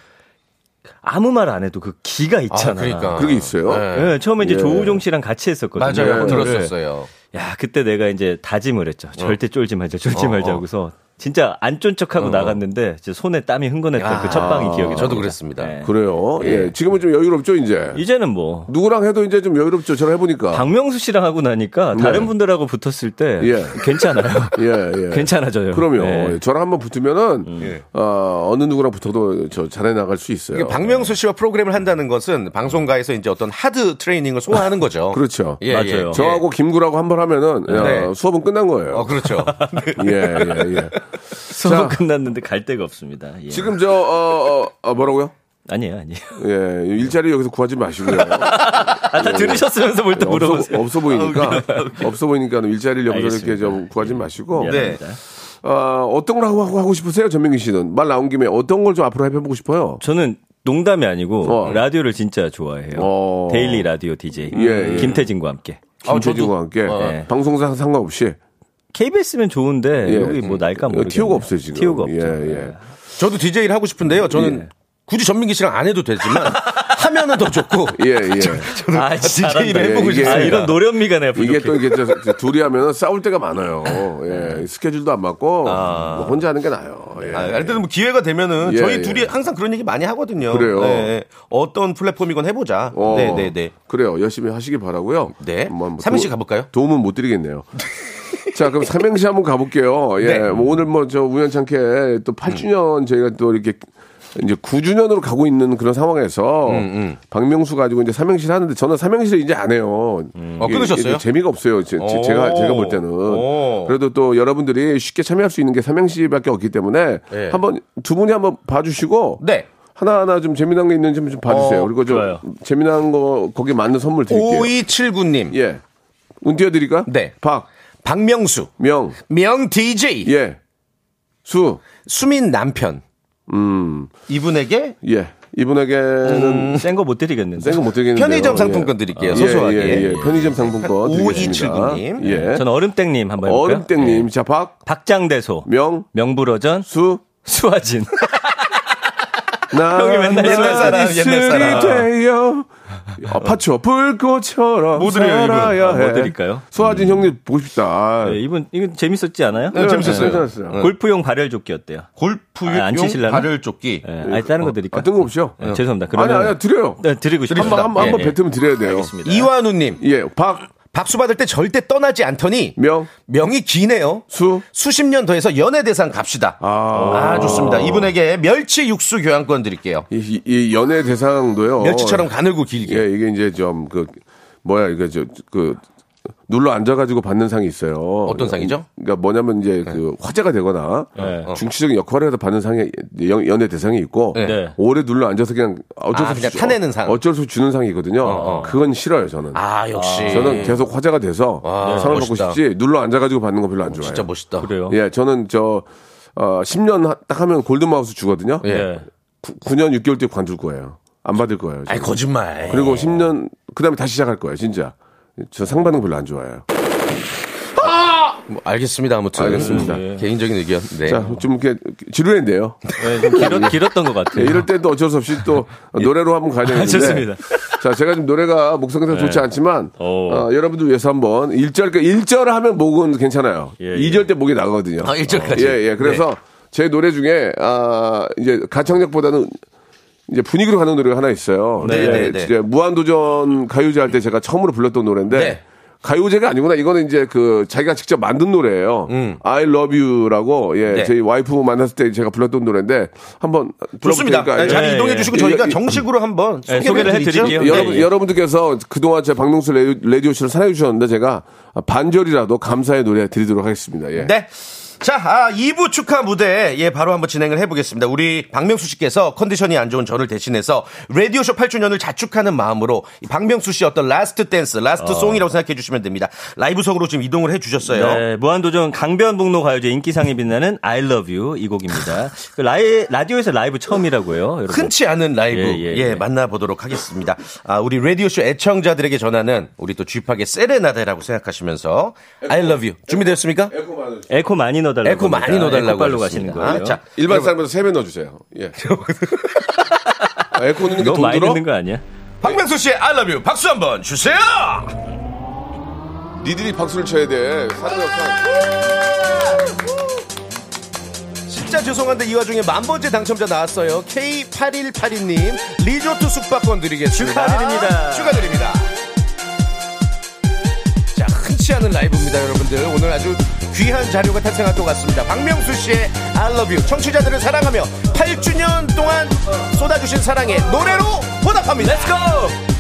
아무 말 안 해도 그 기가 있잖아.
그게 있어요.
예, 처음에 이제 조우종 씨랑 같이 했었거든요.
그러니까. 맞아요.
예.
들었었어요.
야, 그때 내가 이제 다짐을 했죠.
어.
절대 쫄지 말자, 쫄지 말자고서 진짜 안 쫀 척하고 나갔는데 진짜 손에 땀이 흥건했던 그 첫방이
어.
기억이
아, 저도
납니다.
그랬습니다.
예.
그래요. 예. 지금은 좀 여유롭죠, 이제.
이제는 뭐
누구랑 해도 이제 좀 여유롭죠. 저랑 해보니까.
박명수 씨랑 하고 나니까 다른 분들하고 붙었을 때
네. 예.
괜찮아요.
예, 예.
괜찮아져요.
그럼요.
예.
저랑 한번 붙으면은 어, 어느 누구랑 붙어도 저 잘해 나갈 수 있어요.
이게 박명수 씨와 프로그램을 한다는 것은 방송가에서 이제 어떤 하드 트레이닝을 소화하는 거죠.
그렇죠.
예,
맞아요.
예.
저하고 김구라고 한 번 하면은 야,
네.
수업은 끝난 거예요.
어, 그렇죠.
예, 예, 예.
수업
자.
끝났는데 갈 데가 없습니다. 예.
지금 저 어, 어, 어, 뭐라고요?
아니에요, 아니에요.
예, 일자리 여기서 구하지 마시고요.
아, 다 들으셨으면서 뭘 또
없어,
물어보세요. 아,
없어 보이니까 없어 보이니까 일자리를 여기서 이렇게
알겠습니다. 예.
좀 구하지 마시고
네.
미안합니다.
어, 어떤 걸 하고, 하고 싶으세요, 전명기 씨는 말 나온 김에 어떤 걸 좀 앞으로 해보고 싶어요?
저는 농담이 아니고
어.
라디오를 진짜 좋아해요.
어.
데일리 라디오 DJ
예, 예.
김태진과 함께.
김태진과 함께
아, 네.
방송사 상관없이
KBS면 좋은데
예.
여기 뭐 날까 모르겠네.
티오가 없어요 지금.
티오가 없죠. 네.
예, 예.
저도 DJ를 하고 싶은데요. 저는 굳이 전민기 씨랑 안 해도 되지만 하면은 더 좋고.
예, 예.
아, 진짜 이런
잘한다.
해보고
이게-
싶다. 아, 이런 노련미가 내가
이게
부족해.
또 이게 저- 둘이 하면 싸울 때가 많아요. 예, 스케줄도 안 맞고 뭐 혼자 하는 게 나아요. 예.
아, 일단은 뭐 기회가 되면은
예,
저희
예.
둘이 항상 그런 얘기 많이 하거든요.
그래요?
네, 어떤 플랫폼이건 해보자.
어,
네, 네, 네.
그래요. 열심히 하시길 바라고요.
네.
한번 뭐
삼행시
도-
가볼까요?
도움은 못 드리겠네요. 자, 그럼 삼행시 한번 가볼게요. 예.
네.
뭐 오늘 뭐 저 우연찮게 또 8주년 저희가 또 이렇게 이제 9주년으로 가고 있는 그런 상황에서
음,
박명수 가지고 이제 삼행시를 하는데 저는 삼행시를 이제 안 해요.
어,
이게-
끊으셨어요?
이게 재미가 없어요. 제,
오.
가 제가 볼 때는.
오.
그래도 또 여러분들이 쉽게 참여할 수 있는 게 삼행시밖에 없기 때문에
네.
한번 두 분이 한번 봐주시고
네.
하나하나 좀 재미난 게 있는지 좀 봐주세요.
어,
그리고 좀
좋아요.
재미난 거 거기에 맞는 선물 드릴게요.
5279님.
예. 운 띄워드릴까?
네.
박,
박명수.
명,
명 DJ.
예. 수,
수민 남편.
음.
이분에게
예. 이분에게는
음, 센 거 못 드리겠는데.
센 거 못 드리겠는데.
편의점 상품권 드릴게요,
예,
소소하게.
예, 예. 편의점 상품권 드리겠습니다.
5279님.
예.
전 얼음땡님 한번 해볼까요?
어른땡님. 자, 박,
박장대소.
명,
명불허전.
수,
수화진.
나.
형이 맨날 옛날 사람,
옛날 사람.
되어. 아, 파초, 불꽃처럼.
뭐 드려요, 이분?
살아야
아, 뭐
해.
드릴까요?
수아진 형님 보고 싶다.
네, 이분, 이건 재밌었지 않아요?
네, 재밌었어요. 괜찮았어요.
골프용 발열 조끼 어때요?
골프용
아, 안 치실라나?
발열 조끼.
예, 아니, 다른 거 드릴까요?
아, 뜬금없이요?
네,
예, 죄송합니다.
아니,
그러면
아니, 드려요.
네, 드리고 싶습니다.
한번, 한번, 한번
예, 예.
뱉으면 드려야 돼요.
이완우님.
예, 박,
박수 받을 때 절대 떠나지 않더니
명,
명이 기네요.
수.
수십 년 더해서 연예 대상 갑시다. 아, 좋습니다. 이분에게 멸치 육수 교환권 드릴게요.
이, 이- 이 연애 대상도요.
멸치처럼 가늘고 길게.
어, 예, 이게 이제 좀 그 뭐야 이게 저그 눌러 앉아가지고 받는 상이 있어요.
어떤 상이죠? 네. 어.
그러니까 뭐냐면 이제 그 화제가 되거나
네.
중추적인 역할을 해서 받는 상이 연- 연애 대상이 있고
네.
네.
오래 눌러 앉아서 그냥 어쩔
아,
수 없이
그냥 타내는 상.
어쩔 수 없이 주는 상이 있거든요. 그건 싫어요 저는.
아, 역시.
저는 계속 화제가 돼서
아,
상을
멋있다. 어,
받고 싶지 눌러 앉아가지고 받는 거 별로 안 좋아해요.
진짜 멋있다.
그래요.
예, 저는 저 어, 10년 하- 딱 하면 골든마우스 주거든요.
예.
예.
9, 년 6개월 뒤에 관둘 거예요. 안 받을 거예요.
아이,
저는.
거짓말.
그리고 10년 그다음에 다시 시작할 거예요, 진짜. 저 상반응 별로 안 좋아해요.
뭐, 알겠습니다. 아무튼.
알겠습니다.
음, 예. 개인적인 의견. 네.
자, 좀 이렇게 지루했네요.
예, 좀 길었, 길었던 것
예,
같아요.
이럴 때도 어쩔 수 없이 또
예.
노래로 한번 가야 되는데.
좋습니다.
자, 제가 지금 노래가 목성상 좋지
예.
않지만
오.
어, 여러분들 위해서 한번 1절 그러니까 일절 하면 목은 괜찮아요.
예, 예.
이 2절 때 목이 나거든요.
아, 1절까지. 네.
예, 예. 그래서 제 노래 중에 아, 이제 가창력보다는 이제 분위기로 가는 노래가 하나 있어요.
네,
이제
네, 네.
이제 무한도전 가요제 할 때 제가 처음으로 불렀던 노래인데
네.
가요제가 아니구나. 이거는 이제 그 자기가 직접 만든 노래예요. I Love You라고 예,
음. 네.
저희 와이프 만났을 때 제가 불렀던 노래인데 한번
좋습니다. 네,
불러볼까요?
자리
예,
이동해
예.
주시고
예,
저희가
예.
정식으로 한번
예,
소개를
소개를
해드리죠.
해드릴게요.
네,
여러분,
예.
여러분들께서 그동안 제 박명수 레- 라디오쇼를 사랑해 주셨는데 제가 반절이라도 감사의 노래 드리도록 하겠습니다. 예.
네. 자, 아, 2부 축하 무대, 예, 바로 한번 진행을 해보겠습니다. 우리 박명수 씨께서 컨디션이 안 좋은 저를 대신해서 라디오쇼 8주년을 자축하는 마음으로 이 박명수 씨 어떤 라스트 댄스, 라스트 송이라고 생각해 주시면 됩니다. 라이브석으로 지금 이동을 해 주셨어요.
네, 무한도전 강변북로 가요제 인기상에 빛나는 I Love You 이 곡입니다. 그 라이, 라디오에서 라이브 처음이라고 해요. 여러분.
흔치 않은 라이브, 예,
예, 예, 예.
만나보도록 하겠습니다. 아, 우리 라디오쇼 애청자들에게 전하는 우리 또 쥐팍의 세레나데라고 생각하시면서 I love you. 준비되었습니까?
예.
에코 많이 넣어달라고.
에코 많이
합니다.
넣어달라고
에코빨로
하셨습니다.
가시는 거예요.
아, 자,
일반 사람에서 세배 넣어주세요. 예. 아, 에코 넣는 게
너무
돈
많이
들어?
듣는 거 아니야?
박명수 씨의 I love you 박수 한번 주세요!
니들이 박수를 쳐야 돼. 사람이 없어.
진짜 죄송한데 이 와중에 만 번째 당첨자 나왔어요. K8182님 리조트 숙박권 드리겠습니다.
축하드립니다.
축하드립니다. 자 흔치 않은 라이브입니다, 여러분들. 오늘 아주 귀한 자료가 탄생할 것 같습니다. 박명수 씨의 I Love You 청취자들을 사랑하며 8주년 동안 쏟아주신 사랑에 노래로 보답합니다. Let's go.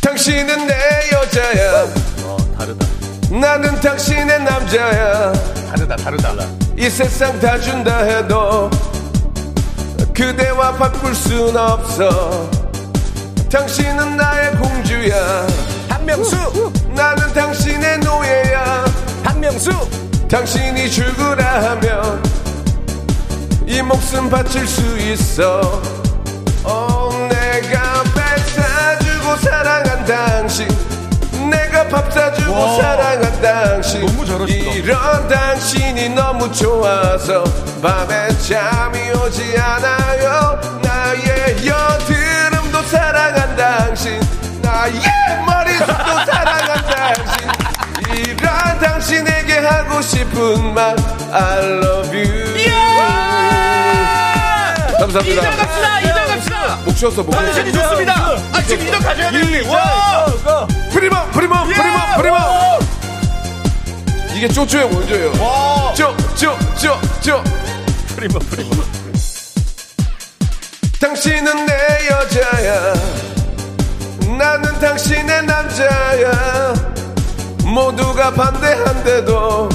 당신은 내 여자야. 다르다. 나는 당신의 남자야.
다르다, 다르다.
이 세상 다 준다 해도 그대와 바꿀 순 없어. 당신은 나의 공주야.
박명수,
나는 당신의 노예야.
박명수.
당신이 죽으라 하면 이 목숨 바칠 수 있어 Oh, 어, 내가 뺏어주고 사랑한 당신 내가 밥 사주고 사랑한 당신
너무 잘하신다.
이런 당신이 너무 좋아서 밤에 잠이 오지 않아요 나의 여드름도 사랑한 당신 나의 머리숱도 사랑한 당신 이런 당신에게 하고 싶은 말 I love you 감사합니다 이장 갑시다 이장 갑시다 목 쉬었어 목 쉬었어
좋습니다. 아, 지금 이정 가져야 되는데.
프리멈 프리멈
예,
프리멈 프리멈 이게 쪼쪼의 원조예요 쪼쪼쪼쪼
프리머, 프리머.
당신은 내 여자야 나는 당신의 남자야 모두가 반대한데도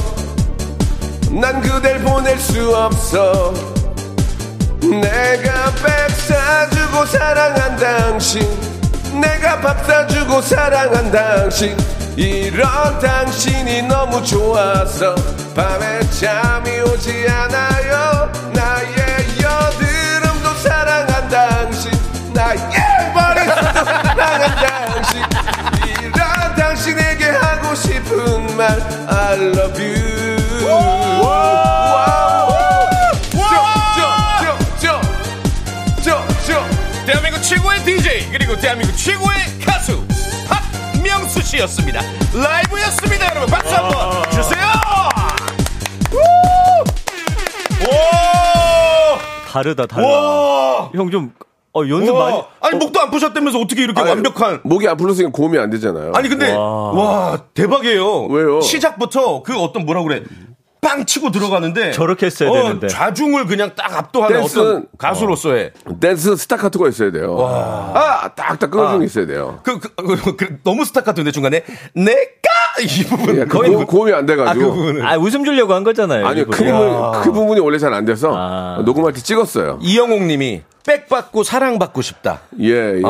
난 그댈 보낼 수 없어 내가 백 사주고 사랑한 당신 내가 밥 사주고 사랑한 당신 이런 당신이 너무 좋아서 밤에 잠이 오지 않아요 나의 여드름도 사랑한 당신 나의 머리도 사랑한 당신 이런 당신에게 하고 싶은 말 I love you
대한민국 최고의 DJ, 그리고 대한민국 최고의 가수, 박명수 씨였습니다. 라이브였습니다, 여러분. 박수 한번 주세요! 오!
다르다 달라. 형 좀 어, 연습
와.
많이.
아니, 목도 안 부셨다면서 어떻게 이렇게 완벽한.
목이 안 풀렸으니까 고음이 안 되잖아요.
아니, 근데, 와. 대박이에요.
왜요?
시작부터 그 어떤 뭐라 그래. 빵 치고 들어가는데
저렇게 했어야 되는데.
좌중을 그냥 딱 압도하는
댄스는-
어떤 가수로서의
댄스 스타카토가 있어야 돼요. 아, 딱딱 끊어주는 게 있어야 돼요.
그, 그, 그, 그, 너무 스타카토인데 중간에 내가 이 부분
예, 그 고, 고음이 안 돼가지고.
아, 웃음 주려고 한 거잖아요.
아니요,
일부러.
그, 부분, 그 부분이 원래 잘 안 돼서
아.
녹음할 때 찍었어요.
이영옥님이 백 받고 사랑 받고 싶다.
예, 예.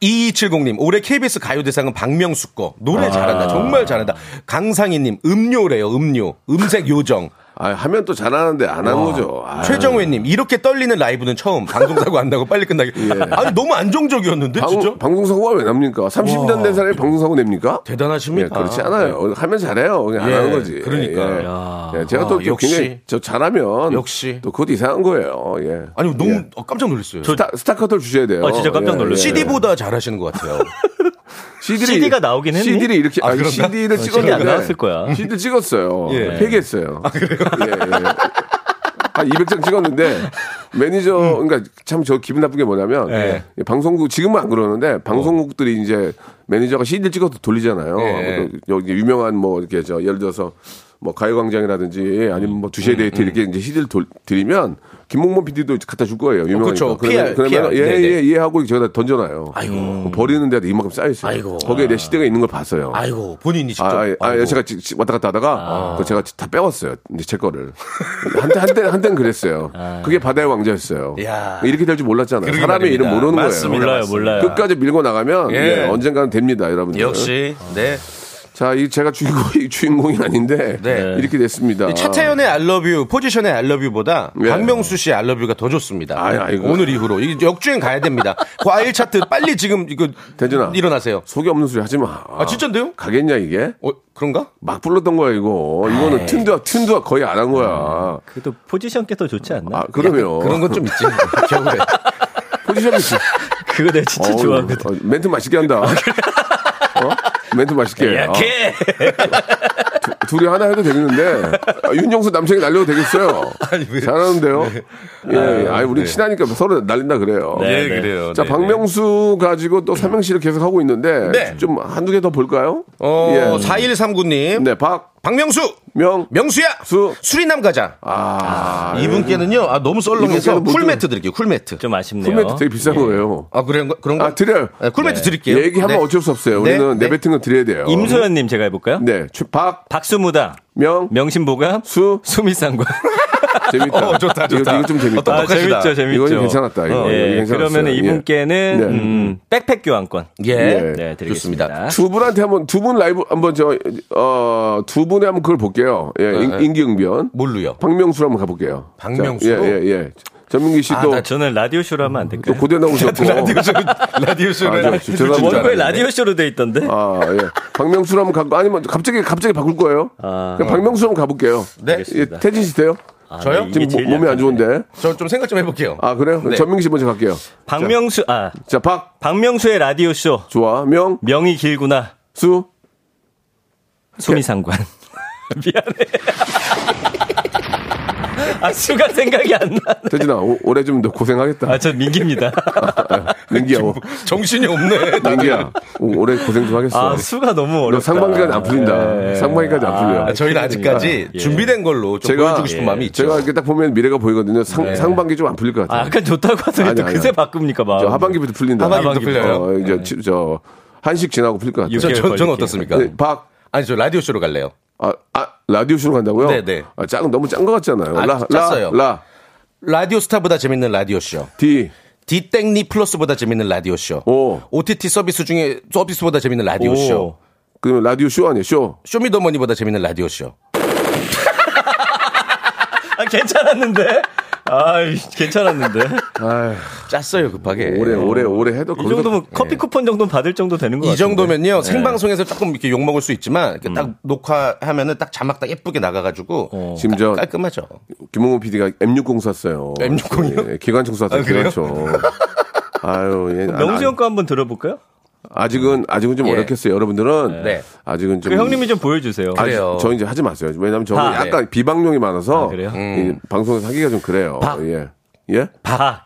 2270님 아, 올해 KBS 가요 대상은 박명수 거 노래
아.
잘한다 정말 잘한다. 강상희님 음료래요 음료 음색 요정.
아, 하면 또 잘하는데 안 한 거죠. 아,
최정회님 이렇게 떨리는 라이브는 처음 방송사고 안 나고 빨리 끝나게. 아니 너무 안정적이었는데 아, 진짜
예. 방, 방송사고가 왜 납니까? 30년 된 사람이 방송사고 냅니까?
대단하십니다.
예, 그렇지 않아요. 하면 잘해요. 그냥
네. 예,
안 하는 거지.
그러니까.
예.
야.
예, 제가 또
아, 역시.
굉장히 저 잘하면
역시.
또 그것도 이상한 거예요. 예.
아니 너무
예.
어, 깜짝 놀랐어요.
스타, 스타카토를 주셔야 돼요. 예,
아, 진짜 깜짝 놀랐어요.
CD보다 잘하시는 것 같아요.
CD를,
CD 가 나오긴 했니?
CD를 이렇게
아,
아, 니
그런가?
CD를
어,
찍었는데
CD 안 나왔을 거야.
CD를 찍었어요. 네,
예.
폐기했어요. 예, 예. 한 200장 찍었는데 매니저 그러니까 참 저 기분 나쁜 게 뭐냐면
예.
예, 방송국 지금은 안 그러는데 방송국들이 이제 매니저가 CD를 찍어서 돌리잖아요.
예.
또 여기 유명한 뭐 이렇게 저 예를 들어서 뭐 가요광장이라든지 아니면 뭐 두시에 데이트 이렇게 이제 CD를 돌, 드리면 김홍범 PD도 갖다 줄 거예요. 유명하니까.
그쵸. PR,
그러면
PR.
예예예
네네.
하고 저기다 던져놔요. 음. 뭐
아이고.
버리는 데도 이만큼 쌓여 있어요.
아이고.
거기에 내 CD가 있는 걸 봤어요.
아이고 본인이 직접.
아, 아, 아,
아이고. 아.
제가 지- 지- 왔다 갔다 하다가 그거 제가 다 빼왔어요. 이제 제 거를. 한때, 한때, 한때는 그랬어요. 그게 바다의 왕자였어요.
아. 야.
이렇게 될 줄 몰랐잖아요.
그러게
사람의
말입니다.
이름 모르는
맞습니다.
거예요.
몰라요, 몰라요.
끝까지 밀고 나가면
예.
예, 언젠가는 됩니다, 여러분들.
역시 네.
아. 자, 이 제가 주인공이, 주인공이 아닌데
네.
이렇게 됐습니다.
차태현의 알러뷰 포지션의 알러뷰보다
예.
박명수 씨의 알러뷰가 더 좋습니다.
아이, 아이고.
오늘 이후로 이게 역주행 가야 됩니다. 과일 차트 빨리 지금 이거
대준아.
일어나세요.
속이 없는 소리 하지 마.
아, 진짜인데요?
가겠냐 이게?
어 그런가?
막 불렀던 거야 이거. 이거는 튼두아 튼두아 거의 안 한 거야.
그래도 포지션 께더 좋지 않나?
아 그러면
그런 건 좀 있지. 겨울에.
포지션이 있어.
그거 내가 진짜
어우,
좋아하거든.
어, 멘트 맛있게 한다. 어? 멘트 맛있게. 아,
아, 걔.
둘이 하나 해도 되겠는데 아, 윤정수 남친이 날려도 되겠어요. 잘하는데요. 예, 예. 아니 우리 친하니까 서로 날린다 그래요.
네, 그래요.
자
네,
박명수 가지고 또 삼행시를 계속 하고 있는데
네.
좀 한두 개 더 볼까요?
네. 어,
예.
4139님.
네, 박,
박명수.
명,
명수야.
수.
수리남 가자.
아,
이분께는요. 아, 너무 썰렁해서
이분께는 뭐 좀-
쿨매트 드릴게요. 쿨매트.
좀 아쉽네요.
풀매트 되게 비싼 거예요.
아, 그런 거 그런 거.
아, 드려요.
네, 쿨매트 드릴게요.
얘기하면
네.
어쩔 수 없어요.
네,
우리는
네.
내뱉은 건 드려야 돼요.
임소연님 제가 해볼까요?
네, 추- 박,
박수무당,
명,
명심보감,
수.
수미상관.
재밌다.
어, 좋다, 좋다.
이거, 이거 좀 재밌다.
어떤
아,
똑똑하시다.
재밌죠, 재밌죠.
이건 괜찮았다, 이거. 이거 괜찮았어요.
그러면
예.
이분께는
네.
음, 백팩 교환권.
예.
예.
네,
좋습니다.
드리겠습니다.
두 분한테 한번 두 분 라이브 한번 저어두 분의
네.
한번 그걸 볼게요. 예, 인, 기응변
뭘로요?
박명수로 한번 가볼게요.
박명수로?
예예 예, 예. 전민기 씨 또
아, 저는 라디오 쇼로 하면 안 될까요?
고대 나오셨고.
라디오
아, 저- 저- 죄송합니다.
원래 라디오 쇼로 돼 있던데.
아, 예. 박명수로 한번 가고, 아니면 갑자기, 갑자기 바꿀 거예요.
아.
그냥 박명수로 한번 가볼게요. 예,
네.
알겠습니다.
태진 씨 돼요?
아,
저요?
네, 이게
지금 뭐,
제일
몸- 몸이 안
약한데.
좋은데.
저 좀 생각 좀 해볼게요.
아, 그래요? 그럼
네.
전민기 씨 먼저 갈게요.
박명수 아
자, 박,
박명수의 라디오 쇼
좋아, 명,
명이 길구나
수.
소미상관.
예.
미안해. 아 수가 생각이 안 나.
태진아, 오- 올해 좀 더 고생하겠다.
아저 민기입니다.
민기야, 오-
정신이 없네.
민기야, 오- 올해 고생 좀 하겠어.
아 수가 너무
너
어렵다.
상반기까지 안 풀린다. 상반기까지 안 풀려.
네. 아, 저희는 아직까지
예.
준비된 걸로 좀
제가-
보여주고 싶은
예.
마음이 있죠. 네.
제가 이렇게 딱 보면 미래가 보이거든요. 상, 상반기 좀 안 풀릴 것
아
같아요.
약간 좋다고 하더니
아니,
또
아니,
그새
아니.
바꿉니까 봐.
저 하반기부터 풀린다.
하반기부터 풀려요? 네.
어, 이제 치- 저 한식 지나고 풀릴 것 같아요.
저, 저,
걸릴게요.
저는 어떻습니까?
네, 박,
아니, 저 라디오 쇼로 갈래요.
아, 아, 라디오 쇼로 간다고요?
네, 네.
아, 짱, 너무 짠 것 같잖아요.
아,
라,
짰어요.
라, 라,
라디오 스타보다 재밌는 라디오 쇼.
디.
디땡리 플러스보다 재밌는 라디오 쇼.
오.
OTT 서비스 중에 서비스보다 재밌는 라디오
오.
쇼.
그러면 라디오 쇼 아니에요, 쇼.
쇼미더머니보다 재밌는 라디오 쇼.
아 괜찮았는데. 아 괜찮았는데.
짰어요 급하게.
오래, 오래, 오래 해도
이 정도면
예.
커피 쿠폰 정도는 받을 정도 되는 거 같아요.
이 정도면요 생방송에서 조금 이렇게 욕 먹을 수 있지만 이렇게 딱 녹화하면은 딱 자막 딱 예쁘게 나가가지고
지금 저-
깔끔하죠.
김홍호 PD가 M60 샀어요.
M60 이요?
예, 기관총 샀어요.
아, 그래요?
그렇죠. 아유, 예.
명수
아,
형 거 한번 들어볼까요? 음.
아직은, 아직은 좀
예.
어렵겠어요. 여러분들은.
네.
아직은 좀.
그 형님이 좀 보여주세요.
아니,
그래요.
저 이제 하지 마세요. 왜냐면 저는
아,
약간 비방용이 많아서.
아, 그래요?
이 방송에서 하기가 좀 그래요.
박.
예. 예?
바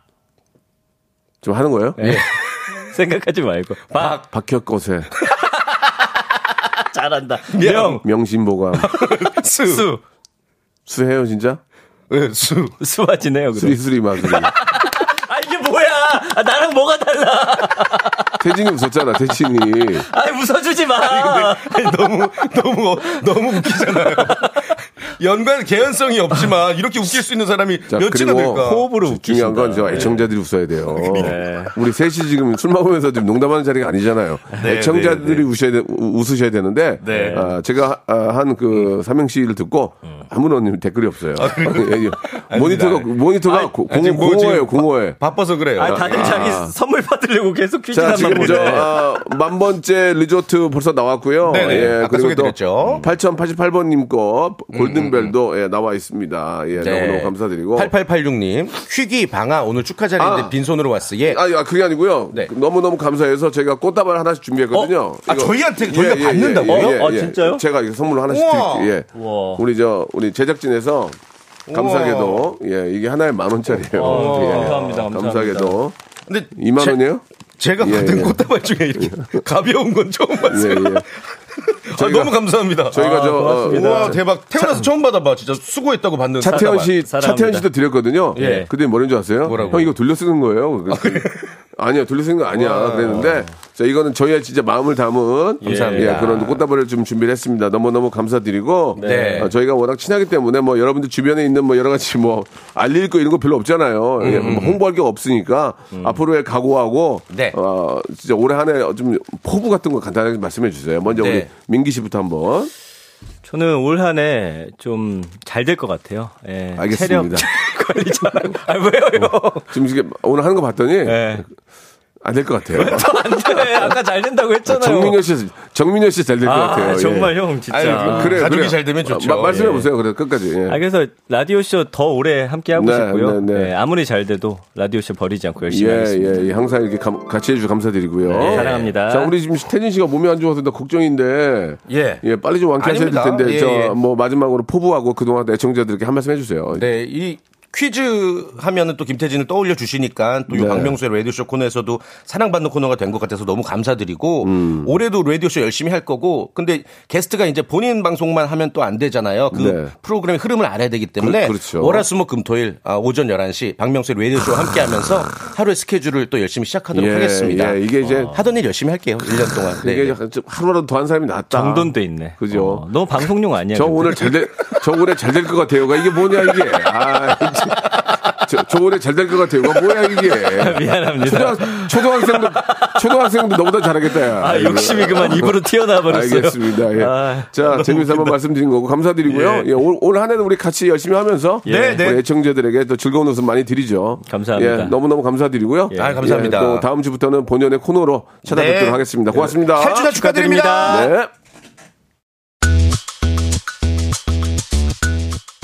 좀 하는 거예요?
네. 생각하지 말고 바
박혁 거세.
잘한다. 명
명심보감.
수.
수해요,
네.
진짜?
예, 수.
수화지네요. 그럼.
수리수리 마수리.
아 이게 뭐야? 아, 나랑 뭐가 달라?
태진이 웃었잖아, 태진이.
아 웃어주지 마.
아니, 너무 너무 너무 웃기잖아요. 연관 개연성이 없지만 이렇게 웃길 수 있는 사람이
자,
몇이나
그리고
될까?
호흡으로 웃기신다.
중요한 건 저 애청자들이 웃어야 돼요. 우리 셋이 지금 술 먹으면서 지금 농담하는 자리가 아니잖아요. 애청자들이 웃으셔야, 돼- 우- 웃으셔야 되는데 아, 제가 한 그 삼행시를 듣고 아무런 댓글이 없어요. 예, 예. 모니터가 모니터가 고,
아니,
공,
뭐 지금
공허해요, 공허해.
바빠서 그래요.
아 다들 자기 선물 받으려고 계속
자,
퀴즈만
지금 저, 아, 만 번째 리조트 벌써 나왔고요. 예,
네네. 아까
그리고
소개해드렸죠.
또 8088번님 거 골든벨도 예, 나와 있습니다. 예, 너무너무 감사드리고.
8886님 휘기 방아 오늘 축하 자리인데
아.
빈손으로 왔어. 예.
아니, 아, 그게 아니고요.
네.
너무너무 감사해서 제가 꽃다발 하나씩 준비했거든요. 예,
어? 아, 저희한테 저희가 받는다고요?
아, 진짜요?
제가 이거 선물로 하나씩
우와.
드릴게요. 예.
우와.
우리 저, 우리 제작진에서 감사하게도 예, 이게 하나에 만 원짜리예요. 예.
어, 감사합니다, 감사합니다.
감사하게도.
근데
2만
아, 제-
원이에요?
제가
예,
받은
예.
꽃다발 중에 이렇게 가벼운 건 처음
예,
봤어요.
예.
아, 너무 감사합니다.
저희가 저, 어,
와 대박 태어나서 처음 받아봐 진짜 수고했다고 받는
차태현 씨,
사랑합니다.
차태현 씨도 드렸거든요.
예.
그때 뭐라는 줄 아세요?
뭐라고?
형 이거 돌려 쓰는 거예요. 아, 니요 돌려 쓰는 거 아니야. 그랬는데, 자, 이거는 저희의 진짜 마음을 담은
감사합니다.
예, 그런 꽃다발을 좀 준비를 했습니다. 너무너무 감사드리고,
네.
아, 저희가 워낙 친하기 때문에 뭐 여러분들 주변에 있는 뭐 여러 가지 뭐 알릴 거 이런 거 별로 없잖아요. 예, 뭐 홍보할 게 없으니까 앞으로의 각오하고,
음, 네.
어, 진짜 올해 한 해 좀 포부 같은 거 간단하게 말씀해 주세요. 먼저
네.
우리 민기 씨부터 한번.
저는 올 한 해 좀 잘 될 것 같아요. 예,
알겠습니다.
체력 관리 잘하고. 아, 왜요?
지금 이게 오늘 하는 거 봤더니
네.
예.
안 될 것 같아요.
안 돼. 아까 잘 된다고 했잖아요.
정민현 씨, 정민현 씨 잘 될 것
아,
같아요. 예.
정말 형 진짜.
아유,
그래요.
가족이
그래요.
잘 되면 좋죠.
마- 말씀해 보세요. 그래 끝까지. 예.
아, 그래서 라디오쇼 더 오래 함께 하고
네,
싶고요.
네, 네.
예, 아무리 잘 돼도 라디오쇼 버리지 않고 열심히
예,
하겠습니다.
예, 예. 항상 이렇게 감- 같이 해주셔서 감사드리고요.
네, 사랑합니다.
자, 우리 지금 태진 씨가 몸이 안 좋아서 나 걱정인데.
예.
빨리 좀 완쾌하셔야 될
아닙니다.
텐데.
예, 예.
저, 뭐, 마지막으로 포부하고 그동안 애청자들께 한 말씀 해주세요.
네이 퀴즈 하면은 또 김태진을 떠올려 주시니까 또 이
네.
박명수의 라디오쇼 코너에서도 사랑받는 코너가 된 것 같아서 너무 감사드리고
음.
올해도 라디오쇼 열심히 할 거고 근데 게스트가 이제 본인 방송만 하면 또 안 되잖아요 그
네.
프로그램의 흐름을 알아야 되기
그-
때문에
그렇죠.
월화수목금토일 아, 오전 11시 박명수의 라디오쇼와 함께 하면서 하루의 스케줄을 또 열심히 시작하도록
예,
하겠습니다 어,
예. 이게 이제-
하던 일 열심히 할게요 1년 동안 네,
이게
네.
약간 좀 하루라도 더 한 사람이 낫다.
정돈돼 있네.
그죠.
어, 너무 방송용 아니야.
저
근데?
그러니까 오늘 잘 될, 저 올해 잘 될 것 같아요가 이게 뭐냐 이게. 아, 진짜. 저- 저번에 잘 될 것 같아요. 이거 뭐야 이게?
미안합니다.
초등, 초등학생도 초등학생도 너보다 잘하겠다. 야.
아, 욕심이 그만 입으로 튀어나와 버렸어요.
알겠습니다. 예.
아,
자, 재미있어 한번 말씀드린 거고 감사드리고요. 예. 올, 올한 해는 우리 같이 열심히 하면서
네,
우리 애청자들에게 또 즐거운 웃음 많이 드리죠.
감사합니다. 예.
예, 너무너무 감사드리고요. 예,
아, 감사합니다.
또 다음 주부터는 본연의 코너로 찾아뵙도록
네.
하겠습니다. 고맙습니다.
탈주자 축하드립니다.
네.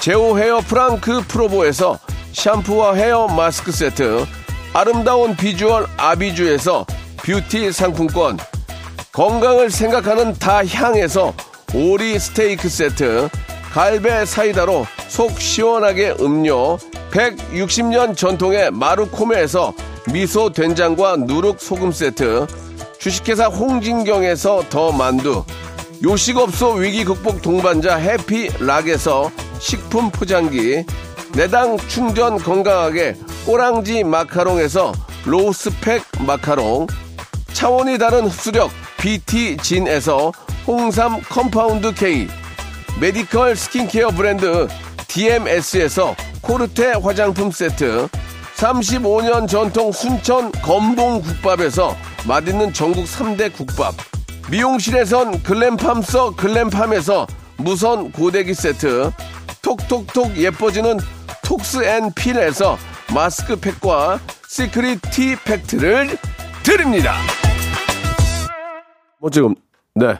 제오 헤어 프랑크 프로보에서 샴푸와 헤어 마스크 세트 아름다운 비주얼 아비주에서 뷰티 상품권 건강을 생각하는 다향에서 오리 스테이크 세트, 갈배 사이다로 속 시원하게 음료, 160년 전통의 마루코메에서 미소 된장과 누룩 소금 세트, 주식회사 홍진경에서 더 만두, 요식업소 위기 극복 동반자 해피락에서 식품 포장기, 내당 충전 건강하게 꼬랑지 마카롱에서 로스팩 마카롱, 차원이 다른 흡수력 BT진에서 홍삼 컴파운드 K 메디컬 스킨케어 브랜드 DMS에서 코르테 화장품 세트 35년 전통 순천 건봉국밥에서 맛있는 전국 3대 국밥 미용실에선 글램팜서 글램팜에서 무선 고데기 세트 톡톡톡 예뻐지는 톡스앤필에서 마스크팩과 시크릿 티팩트를 드립니다. 뭐 지금 네.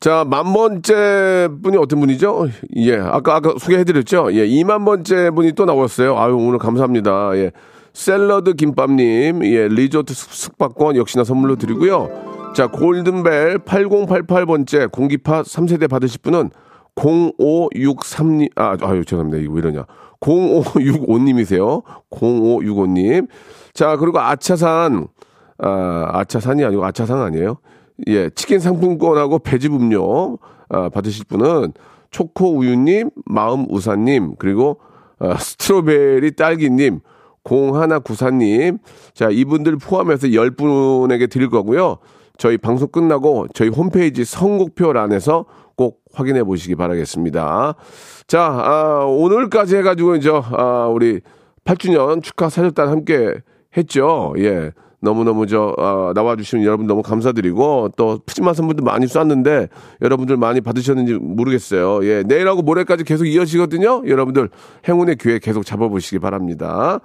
자, 만 번째 분이 어떤 분이죠? 예. 아까, 아까 소개해드렸죠? 예. 2만 번째 분이 또 나왔어요. 아유, 오늘 감사합니다. 예. 샐러드 김밥님, 예. 리조트 숙- 숙박권 역시나 선물로 드리고요. 자, 골든벨 8088번째 공기파 3세대 받으실 분은 0563님, 아, 아유, 죄송합니다. 이거 왜 이러냐. 0565님이세요. 0565님. 자, 그리고 아차산, 아, 아차산이 아니고 아차상 아니에요? 예, 치킨 상품권하고 배즙 음료 아, 받으실 분은 초코 우유님, 마음 우사님, 그리고 아, 스트로베리 딸기님, 공하나 구사님, 자 이분들 포함해서 1 0 분에게 드릴 거고요. 저희 방송 끝나고 저희 홈페이지 선곡표란에서 꼭 확인해 보시기 바라겠습니다. 자, 아, 오늘까지 해가지고 이제 아, 우리 8주년 축하 사절단 함께 했죠. 예. 너무너무 저, 아, 나와주시는 여러분 너무 감사드리고, 또 푸짐한 선물도 많이 쐈는데, 여러분들 많이 받으셨는지 모르겠어요. 예, 내일하고 모레까지 계속 이어지거든요. 여러분들 행운의 기회 계속 잡아보시기 바랍니다.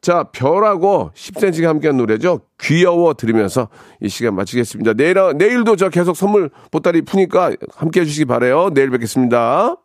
자, 별하고 10cm가 함께한 노래죠. 귀여워 들으면서 이 시간 마치겠습니다. 내일, 내일도 저 계속 선물 보따리 푸니까 함께 해주시기 바래요 내일 뵙겠습니다.